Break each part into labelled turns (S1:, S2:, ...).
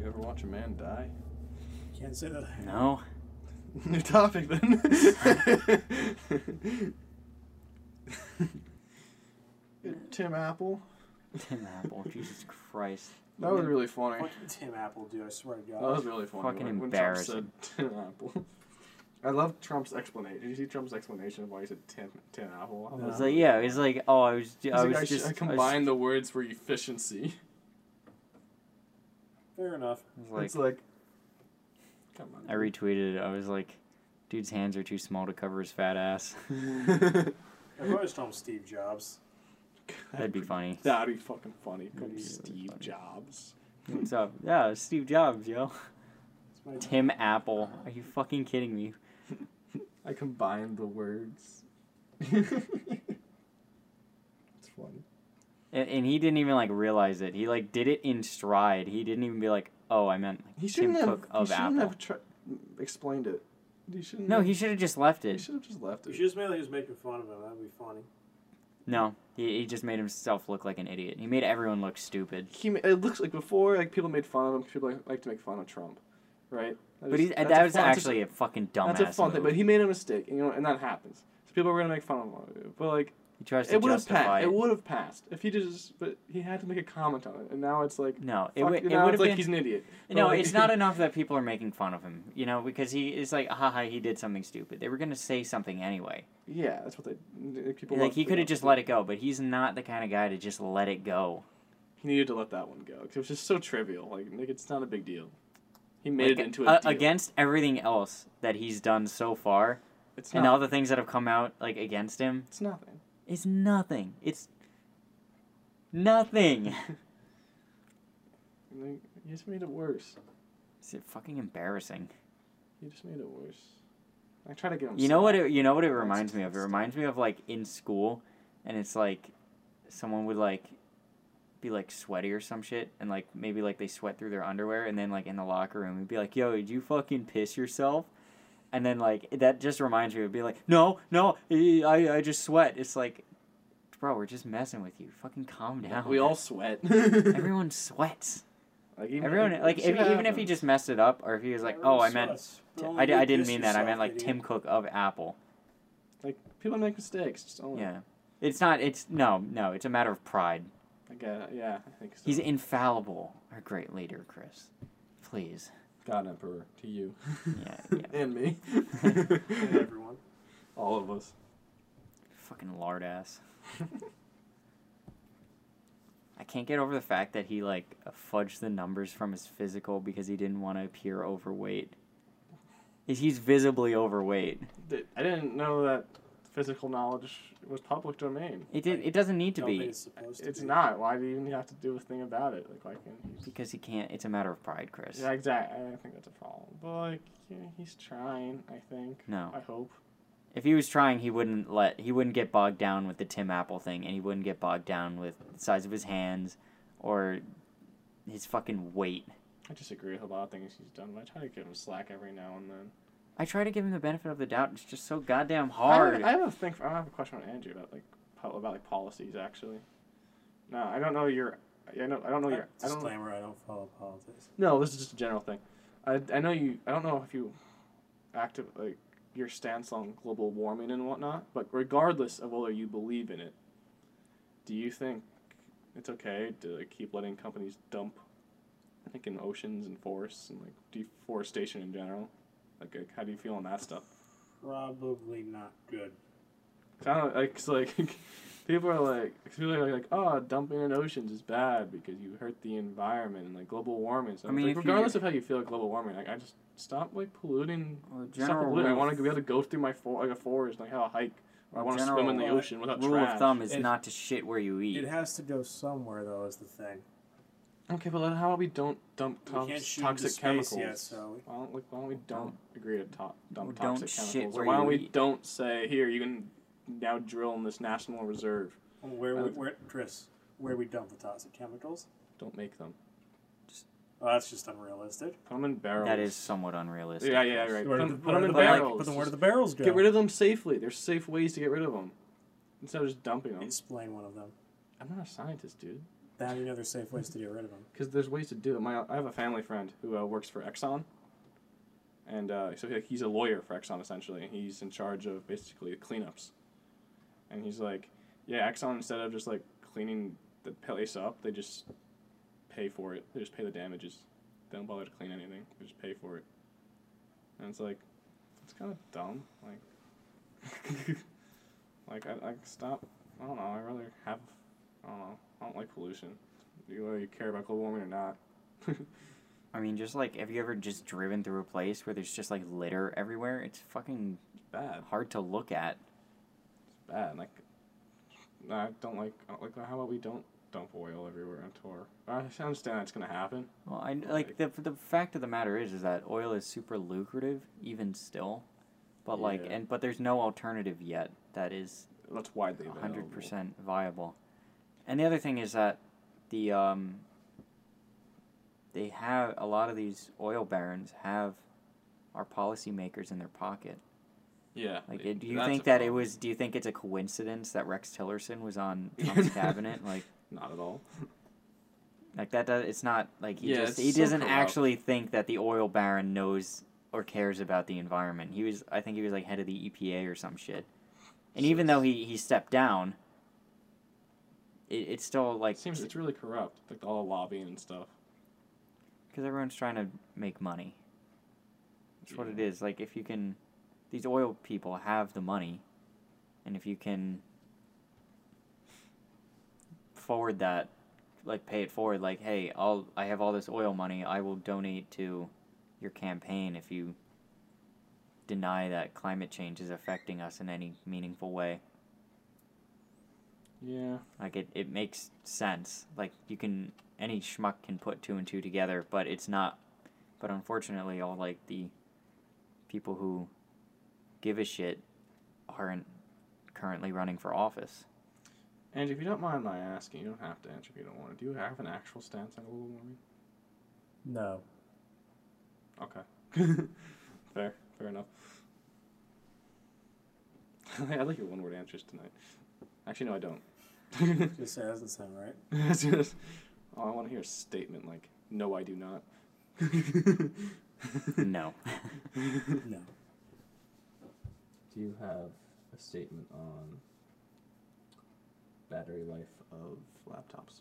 S1: ever watch a man die?
S2: Can't say that.
S3: No.
S1: New topic then. Tim Apple.
S3: Tim Apple. Jesus Christ.
S1: That was really funny.
S2: Fucking Tim Apple, dude. I swear to
S1: That
S2: God.
S1: was really funny.
S3: Fucking
S1: when- when Trump
S3: embarrassing.
S1: said Tim Apple. I love Trump's explanation. Did you see Trump's explanation of why he said Tim, Tim Apple?
S3: I was
S2: No.
S3: like, yeah. He's like, oh, I was,
S1: Oh, He's
S3: I
S1: like,
S3: was
S1: I, sh-
S3: just,
S1: I combined the words for efficiency.
S2: Fair enough.
S3: I was, I was
S1: it's
S3: like,
S1: like, come on.
S3: I retweeted. it. I was like, dude's hands are too small to cover his fat ass.
S2: If I was Trump Steve Jobs,
S3: That'd be funny.
S1: That'd be fucking funny. Call
S3: be
S1: me
S3: really
S1: Steve
S3: funny.
S1: Jobs.
S3: What's up? Yeah, it's Steve Jobs, yo.
S2: it's my
S3: Tim Apple. Are you fucking kidding me?
S1: I combined the words. it's funny.
S3: And, and he didn't even like realize it. He like did it in stride. He didn't even be like, oh, I meant like,
S1: He
S3: Tim
S1: shouldn't have.
S3: Cook
S1: He
S3: of
S1: shouldn't
S3: Apple.
S1: have tr- explained it. He shouldn't.
S3: No,
S1: have-
S3: he should have just left
S1: He
S3: it.
S1: should have just left
S2: You
S1: it.
S2: should just made like he was making fun of him. That'd be funny.
S3: No, he, he just made himself look like an idiot. He made everyone look stupid.
S1: He. ma- It looks like before, like people made fun of him. 'cause People like, like to make fun of Trump, right? That
S3: But
S1: is-
S3: he,
S1: that's
S3: that
S1: a
S3: was
S1: fun- that's a-
S3: actually a fucking dumbass.
S1: That's a fun thing.
S3: move.
S1: But he made a mistake, and, you know, and that happens. So people were gonna make fun of him. But like,
S3: He tries to
S1: it would have
S3: justify
S1: passed.
S3: it.
S1: It would have passed if he just. But he had to make a comment on it, and now it's like.
S3: no, it
S1: Fuck,
S3: would. It
S1: now
S3: would
S1: it's
S3: have
S1: like
S3: been.
S1: he's an idiot.
S3: no,
S1: Like-
S3: it's not enough that people are making fun of him. You know, because he is like, haha, he did something stupid. They were gonna say something anyway.
S1: Yeah, that's what they people
S3: like
S1: love
S3: he
S1: to
S3: could
S1: do
S3: have
S1: that.
S3: just let it go, but he's not the kind of guy to just let it go.
S1: He needed to let that one go 'cause it was just so trivial. Like, like it's not a big deal. He made it
S3: Like,
S1: into a,
S3: uh,
S1: deal.
S3: against everything else that he's done so far,
S1: It's
S3: and all
S1: not.
S3: the things that have come out like against him,
S1: It's nothing.
S3: it's nothing. It's nothing.
S1: And they- He just made it worse.
S3: it's fucking embarrassing.
S1: He just made it worse. I try to get him.
S3: You know what?
S1: slack.
S3: It, you know what it
S1: That's
S3: reminds me of. It
S1: disgusting.
S3: reminds me of like in school, and it's like someone would like be like sweaty or some shit, and like maybe like they sweat through their underwear, and then like in the locker room, it'd be like, "Yo, did you fucking piss yourself?" And then like that just reminds me. It'd be like, "No, no, eh, I I just sweat." It's like, bro, we're just messing with you. Fucking calm down.
S1: We all sweat.
S3: everyone sweats.
S1: Like, even-
S3: Everyone like if,
S1: shit
S3: even if he
S1: happens.
S3: just messed it up, or if he was like, "Oh, I meant." T- I, di- I didn't mean that. I meant like Tim Cook of Apple.
S1: like people make mistakes. Just own yeah.
S3: Yeah. It's not, it's, no, no, it's a matter of pride.
S1: Like, uh, yeah, I think so.
S3: He's infallible, our great leader, Chris. Please.
S1: God Emperor to you.
S3: Yeah, yeah.
S1: and me.
S2: Everyone.
S1: all of us.
S3: Fucking lard ass. I can't get over the fact that he, like, uh, fudged the numbers from his physical because he didn't want to appear overweight. He's- He's visibly overweight.
S1: Th- I didn't know that physical knowledge was public domain.
S3: It, did, it doesn't need to
S2: Don't think
S3: be
S2: It's, supposed to
S1: It's
S2: be.
S1: not. Why do you even have to do a thing about it? Like, why can't he?
S3: because he can't. It's a matter of pride, Chris.
S1: Yeah, exactly. I think that's a problem. But like, yeah, he's trying. I think.
S3: No.
S1: I hope.
S3: If he was trying, he wouldn't let he wouldn't get bogged down with the Tim Apple thing, and he wouldn't get bogged down with the size of his hands or his fucking weight.
S1: I disagree with a lot of things he's done, but I try to give him slack every now and then.
S3: I try to give him the benefit of the doubt. It's just so
S1: I
S3: goddamn
S1: have-
S3: hard.
S1: I have a thing. For, I have a question on Andrew about like po- about like policies actually. No, I don't know your. I know. I don't know your. I don't.
S2: Disclaimer: I don't follow politics.
S1: No, this is just a general thing. I, I know you. I don't know if you active like your stance on global warming and whatnot, but regardless of whether you believe in it, do you think it's okay to like, keep letting companies dump, like in oceans and forests and like deforestation in general? Like, like how do you feel on that stuff?
S2: Probably not good.
S1: 'Cause I don't like. 'cause, like people are like, cause people are like, oh, dumping in oceans is bad because you hurt the environment and like global warming. So
S3: I
S1: I
S3: mean,
S1: mean,
S3: if you-
S1: regardless of how you feel about global warming, like I just stop like polluting.
S3: Well, the
S1: Stop
S3: general
S1: polluting. I
S3: rule
S1: want
S3: of-
S1: to be able to go through my for like a forest, like have a hike, or I
S3: Well,
S1: want to
S3: general uh,
S1: swim in the
S2: rule-
S1: ocean without
S3: Rule
S1: trash.
S3: of thumb is
S2: It-
S3: not to shit where you eat.
S2: It has to go somewhere, though, is the thing.
S1: Okay, but then how about we don't dump
S2: We
S1: tox-
S2: can't shoot into
S1: toxic
S2: space
S1: chemicals?
S2: yet, so we-
S1: Why don't like, why don't we don't agree to to-
S3: Or
S1: dump
S3: don't
S1: toxic
S3: shit
S1: chemicals?
S3: where
S1: Or why don't
S3: you
S1: we
S3: eat.
S1: don't say here you can now drill in this national reserve?
S2: Where,
S1: Uh,
S2: we, where, Chris, where we dump the toxic chemicals?
S1: Don't make them.
S2: Oh, that's just unrealistic.
S1: Put them in barrels.
S3: that is somewhat unrealistic.
S1: Yeah, yeah,
S3: Chris.
S1: right.
S2: Where
S1: Put
S2: do
S1: 'em-
S2: the-
S1: put 'em
S2: where
S1: in
S2: do the-
S1: barrels.
S2: But then where do the barrels go?
S1: Get rid of them safely. There's safe ways to get rid of them instead of just dumping them.
S2: Explain one of them.
S1: I'm not a scientist, dude.
S2: Then how do you know there's safe ways to get rid of them?
S1: because there's ways to do it. My I have a family friend who uh, works for Exxon, and uh, so he, he's a lawyer for Exxon essentially, and he's in charge of basically cleanups. And he's like, yeah, Exxon instead of just like cleaning the place up, they just pay for it. They just pay the damages. They don't bother to clean anything. They just pay for it. And it's like, it's kind of dumb. Like, like I, I stop. I don't know. I rather have. I don't know. I don't like pollution. Do you, whether you care about global warming or not.
S3: I mean, just like, have you ever just driven through a place where there's just like litter everywhere? It's fucking
S1: It's bad.
S3: hard to look at.
S1: It's bad. Like, I don't like. I don't like. How about we don't dump oil everywhere on tour? I understand that's gonna happen.
S3: Well, I like the the fact of the matter is is that oil is super lucrative even still, but like
S1: Yeah.
S3: and but there's no alternative yet that is
S1: That's widely available.
S3: hundred percent viable. And the other thing is that the um, they have a lot of these oil barons have our policymakers in their pocket.
S1: Yeah.
S3: Like,
S1: it-
S3: do you
S1: that's
S3: think
S1: a
S3: that it
S1: problem.
S3: was? Do you think it's a coincidence that Rex Tillerson was on Trump's cabinet? Like,
S1: Not at all.
S3: like that does it's not like he
S1: Yeah,
S3: just
S1: it's
S3: he
S1: so
S3: doesn't
S1: corrupt.
S3: actually think that the oil baron knows or cares about the environment. He was I think he was like head of the EPA or some shit. And even though he, he stepped down, it, it's still like
S1: It seems it's really corrupt. Like all lobbying and stuff.
S3: because everyone's trying to make money. That's what it
S1: Yeah.
S3: is. Like if you can, these oil people have the money, and if you can forward that, like pay it forward. Like hey, I'll I have all this oil money. I will donate to your campaign if you deny that climate change is affecting us in any meaningful way.
S1: Yeah.
S3: Like it, it makes sense. Like you can any schmuck can put two and two together, but it's not but unfortunately all like the people who give a shit aren't currently running for office.
S1: And if you don't mind my asking, you don't have to answer if you don't want to. Do you have an actual stance on global warming?
S2: No.
S1: Okay. fair. Fair enough. I like your one word answers tonight. Actually, no, I don't.
S2: Just say that doesn't sound right.
S1: It's just- oh, I want to hear a statement like, no, I do not.
S3: no.
S2: No.
S1: Do you have a statement on battery life of laptops?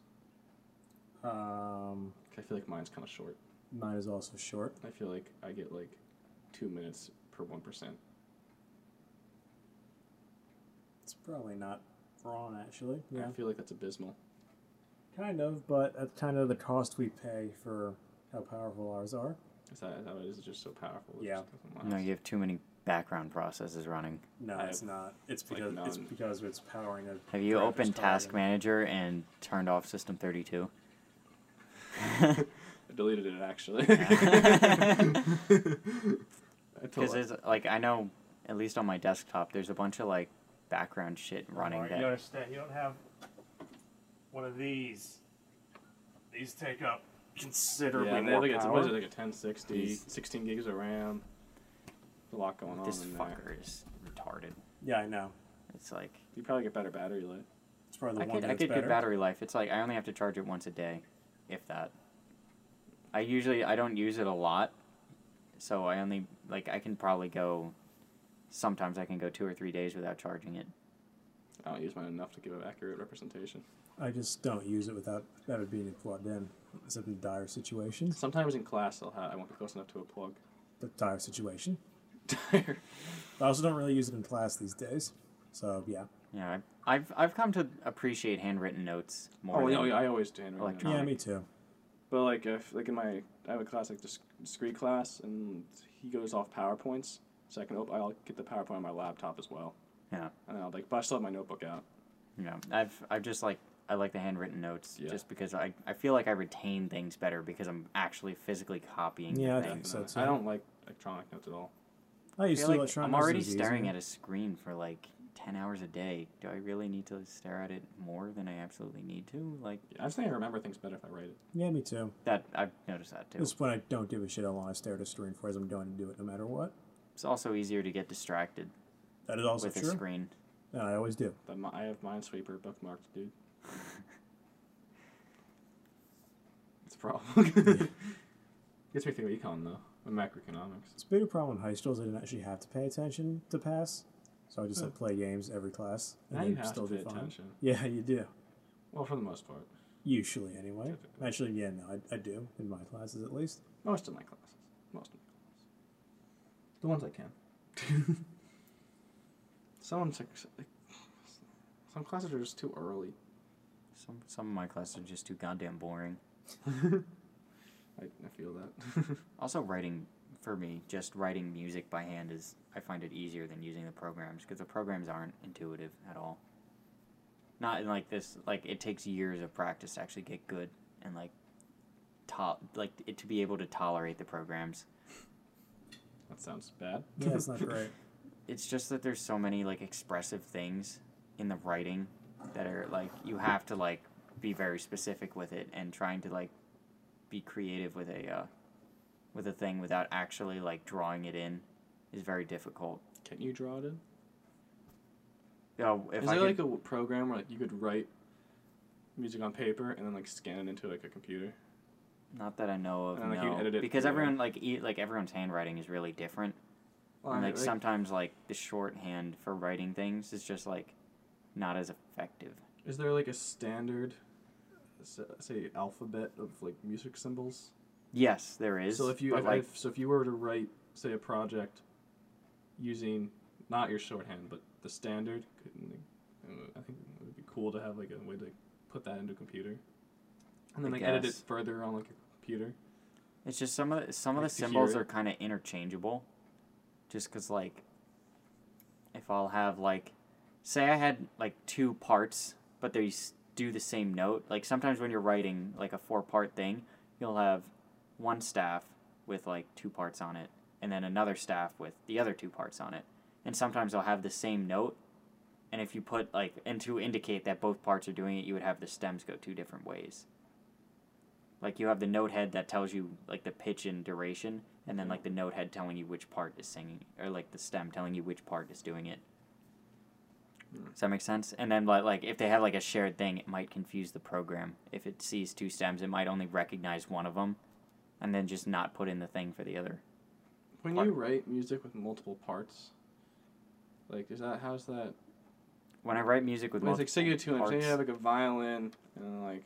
S2: Um,
S1: 'Cause I feel like mine's kind of short.
S2: mine is also short.
S1: I feel like I get like two minutes per 1%.
S2: It's probably not wrong, actually. Yeah.
S1: I feel like that's abysmal.
S2: Kind of, but that's kind of the cost we pay for how powerful ours are.
S1: Is that, is that what it is? It's just so powerful. it
S2: Yeah.
S1: just doesn't last.
S3: No, you have too many background processes running.
S2: No,
S1: I
S2: it's
S1: have,
S2: not. It's
S1: like,
S2: because it's
S1: none.
S2: because it's powering a.
S3: Have you
S2: driver's
S3: opened
S2: car
S3: Task
S2: and-
S3: Manager and turned off System 32?
S1: I deleted it actually. I
S3: Because
S1: told
S3: there's like I know at least on my desktop there's a bunch of like background shit running
S4: Alright,
S3: that
S4: You understand? You don't have one of these. These take up considerably
S1: yeah, they
S4: more
S1: have like, it's, what
S4: power.
S1: is it, like a 1060,
S3: These-
S1: 16 gigs of RAM. There's A lot going on.
S3: this
S1: in there.
S3: fucker is retarded.
S2: Yeah, I know.
S3: It's like
S1: You probably get better battery life.
S2: It's probably
S3: I
S2: the one
S3: could I
S2: that's
S3: could
S2: better.
S3: good battery life. It's like I only have to charge it once a day, if that. I usually I don't use it a lot, so I only like I can probably go. Sometimes I can go two or three days without charging it.
S1: I don't use mine enough to give an accurate representation.
S2: I just don't use it without without it being plugged in, except in dire situations.
S1: Sometimes in class, I'll have, I won't be close enough to a plug.
S2: But dire situation.
S1: Tire.
S2: I also don't really use it in class these days. So yeah,
S3: Yeah, I, I've I've come to appreciate handwritten notes more.
S1: Oh
S3: than,
S1: no, yeah, I always do handwritten. notes.
S3: Electronic.
S2: yeah, me too.
S1: But like, if like in my, I have a class like dis- discrete class, and he goes off powerpoints, so I can op- I'll get the powerpoint on my laptop as well.
S3: Yeah.
S1: And I'll like, but I still have my notebook out.
S3: yeah. I've I've just like I like the handwritten notes
S1: Yeah.
S3: just because I, I feel like I retain things better because I'm actually physically copying
S2: Yeah, I
S3: the
S2: think
S3: things.
S2: so,
S1: And
S2: too.
S1: I don't like electronic notes at all.
S2: I
S3: I
S2: used
S3: feel
S2: to
S3: like
S2: electronic.
S3: I'm already staring at a screen for like 10 hours a day. Do I really need to stare at it more than I absolutely need to? Like
S1: Yeah, I just think I remember things better if I write it.
S2: Yeah, me too.
S3: that I've noticed that too.
S2: This is when I don't give a shit how long I stare at a screen for, as I'm going to do it no matter what.
S3: It's also easier to get distracted
S2: That is also
S3: with a
S2: true.
S3: screen.
S2: And I always do.
S1: The, mi- I have Minesweeper bookmarked, dude. problem. Gets me thinking of econ though, and macroeconomics.
S2: It's a bigger problem in high schools. I didn't actually have to pay attention to pass, so I just like play games every class.
S1: Now you
S2: then
S1: have to pay
S2: did fine.
S1: attention.
S2: Yeah, you do.
S1: Well, for the most part,
S2: Usually, anyway.
S1: Typically.
S2: Actually, yeah, no, I, I do in my classes at least.
S1: most of my classes, most of my classes, the ones I can. Someone took some classes are just too early.
S3: Some some of my classes are just too goddamn boring.
S1: I, I feel that.
S3: Also, writing for me, just writing music by hand is I find it easier than using the programs because the programs aren't intuitive at all. Not in like this, like it takes years of practice to actually get good and like to like it to be able to tolerate the programs.
S1: that sounds bad.
S2: Yeah, it's not great.
S3: It's just that there's so many like expressive things in the writing that are like you have to like be very specific with it and trying to like be creative with a uh, with a thing without actually like drawing it in is very difficult.
S1: Can you draw it in?
S3: Oh, if
S1: Is
S3: I
S1: there
S3: could-
S1: like a w- program where like you could write music on paper and then like scan it into like a computer?
S3: not that I know of,
S1: And, like, you
S3: no.
S1: edit it
S3: because
S1: through.
S3: everyone like e- like everyone's handwriting is really different. and, like, sometimes like the shorthand for writing things is just like not as effective.
S1: Is there like a standard, s- say, alphabet of like music symbols?
S3: Yes, there is.
S1: so if you
S3: but,
S1: if,
S3: like
S1: if- so if you were to write say a project using not your shorthand but the standard, couldn't they- uh, I think it would be cool to have like a way to put that into a computer, and then
S3: I
S1: like edit it
S3: guess.
S1: further on like a computer.
S3: It's just some of the, some of the
S1: Like to hear
S3: symbols
S1: it.
S3: are kind of interchangeable, just because like, if I'll have like, say I had like two parts, but they s- do the same note. Like sometimes when you're writing like a four part thing, you'll have one staff with like two parts on it, and then another staff with the other two parts on it, and sometimes they'll have the same note. And if you put like and to indicate that both parts are doing it, you would have the stems go two different ways. Like you have the note head that tells you like the pitch and duration, and
S1: Mm-hmm.
S3: then like the note head telling you which part is singing, or like the stem telling you which part is doing it.
S1: Hmm.
S3: Does that make sense? And then like, like if they have like a shared thing, it might confuse the program. If it sees two stems, it might only recognize one of them, and then just not put in the thing for the other.
S1: When you write music with multiple parts, like is that how's that?
S3: When I write music with
S1: When it's like say you have
S3: multiple
S1: two, like, say
S3: parts,
S1: you have like a violin and like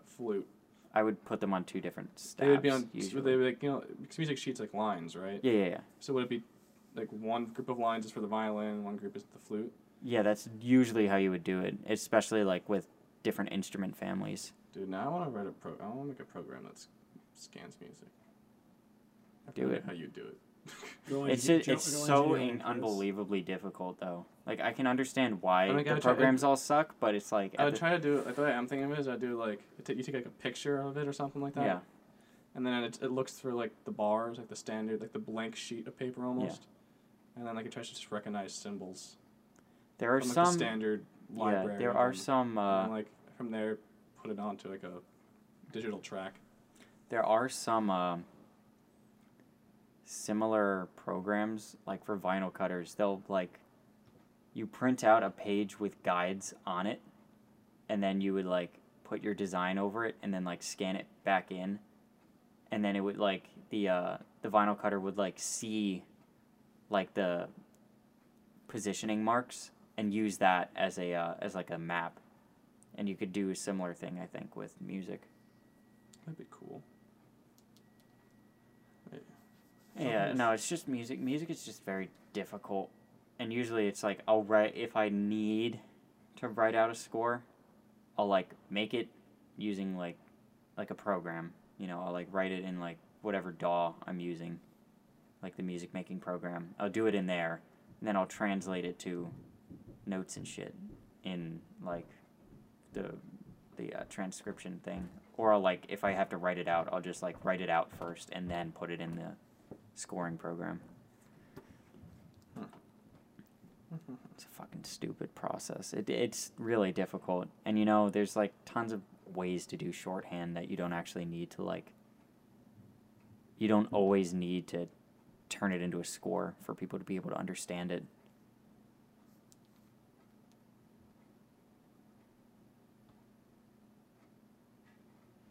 S1: a flute.
S3: I would put them on two different
S1: They
S3: stabs.
S1: would be on.
S3: usually.
S1: Would they be like you know because music sheets like lines, right?
S3: yeah, yeah, yeah.
S1: So would it be like one group of lines is for the violin, one group is the flute?
S3: Yeah, that's usually how you would do it, especially like with different instrument families.
S1: Dude, now I want to write a pro. I want to make a program that s- scans music. I
S3: Do
S1: forget
S3: it.
S1: How you do it?
S2: Go
S3: It's
S2: engi-
S3: just,
S2: go-
S3: it's
S2: go
S3: so
S2: engineering
S3: in-
S2: for this.
S3: unbelievably difficult though. Like I can understand why
S1: Oh my God,
S3: the
S1: I tried-
S3: programs all suck, but it's like
S1: I
S3: at
S1: would
S3: the-
S1: try to do it. Like the way I'm thinking of it is, I do like I ta- you take like a picture of it or something like that.
S3: yeah,
S1: And then it, it looks through like the bars, like the standard, like the blank sheet of paper almost. And then like it tries to just recognize symbols
S3: there are
S1: from like the
S3: some
S1: standard
S3: yeah
S1: library.
S3: there are
S1: and- and
S3: some uh,
S1: then, like from there, put it onto like a digital track.
S3: there are some um similar programs like for vinyl cutters. They'll like you print out a page with guides on it, and then you would like put your design over it, and then like scan it back in, and then it would like the uh, the vinyl cutter would like see like the positioning marks and use that as a uh, as like a map, and you could do a similar thing I think with music.
S1: That'd be cool.
S3: Yeah,
S1: Sometimes-
S3: no, it's just music. Music is just very difficult. And usually it's like I'll write if I need to write out a score, I'll like make it using like like a program. You know, I'll like write it in like whatever DAW I'm using, like the music making program. I'll do it in there, and then I'll translate it to notes and shit in like the the uh, transcription thing. Or I'll like if I have to write it out, I'll just like write it out first and then put it in the scoring program. It's a fucking stupid process. It, it's really difficult. And you know, there's like tons of ways to do shorthand that you don't actually need to like you don't always need to turn it into a score for people to be able to understand it.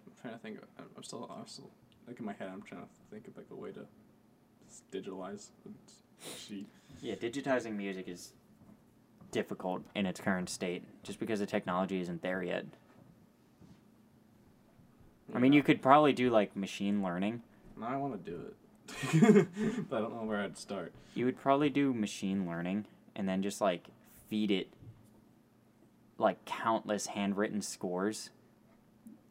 S1: I'm trying trying to think. Of, I'm- I'm still, I'm still like in my head. I'm trying to think of like a way to s- digitalize the s- sheet.
S3: Yeah, digitizing music is difficult in its current state just because the technology isn't there yet. I mean,
S1: Yeah.
S3: you could probably do like machine learning.
S1: Now I want to do it, but I don't know where I'd start.
S3: You would probably do machine learning and then just like feed it like countless handwritten scores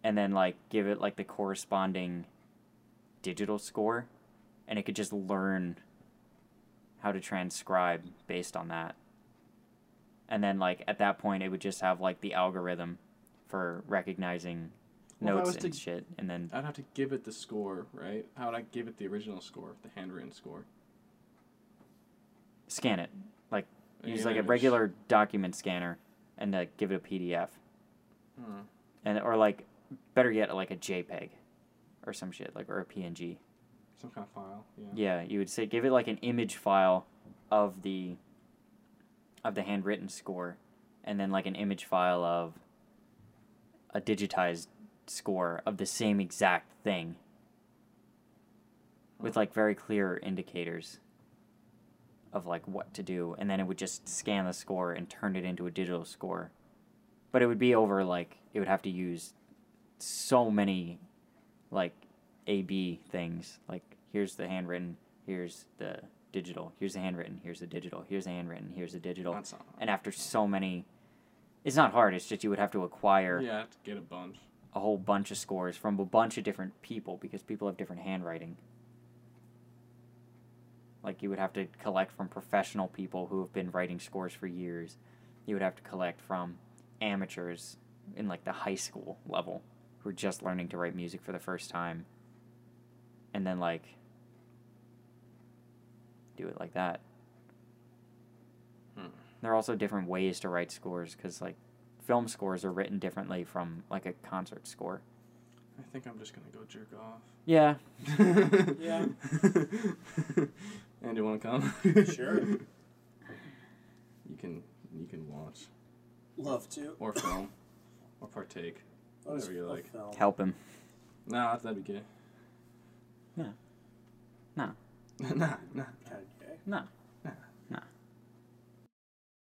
S3: and then like give it like the corresponding digital score and it could just learn how to transcribe based on that. And then like at that point it would just have like the algorithm for recognizing
S1: Well, if I
S3: notes
S1: was to-
S3: and shit and then
S1: I'd have to give it the score, right? How would I give it the original score, the handwritten score?
S3: scan it. Like use
S1: an
S3: like a
S1: image.
S3: regular document scanner and uh, give it a PDF.
S1: Hmm.
S3: and or like better yet like a jpeg or some shit like or a png
S1: Some kind of file. Yeah.
S3: yeah you would say give it like an image file of the of the handwritten score and then like an image file of a digitized score of the same exact thing with like very clear indicators of like what to do and then it would just scan the score and turn it into a digital score but it would be over like it would have to use so many like a b things like here's the handwritten here's the digital here's the handwritten here's the digital here's the handwritten here's the digital
S1: That's not.
S3: and after so many it's not hard it's just you would have to acquire
S1: Yeah, I'd get a bunch.
S3: a whole bunch of scores from a bunch of different people because people have different handwriting like you would have to collect from professional people who have been writing scores for years you would have to collect from amateurs in like the high school level who are just learning to write music for the first time and then like do it like that
S1: Hmm.
S3: there are also different ways to write scores because like film scores are written differently from like a concert score
S1: I think I'm just gonna go jerk off.
S3: yeah
S2: Yeah.
S1: and you wanna come?
S2: Sure.
S1: You can you can watch
S2: Love to.
S1: or film or partake.
S2: What is
S1: Whatever you
S2: a
S1: like.
S2: film?
S3: help him
S1: Nah, that'd be gay.
S3: Yeah. Nah.
S1: nah, nah.
S2: Kinda gay.
S3: no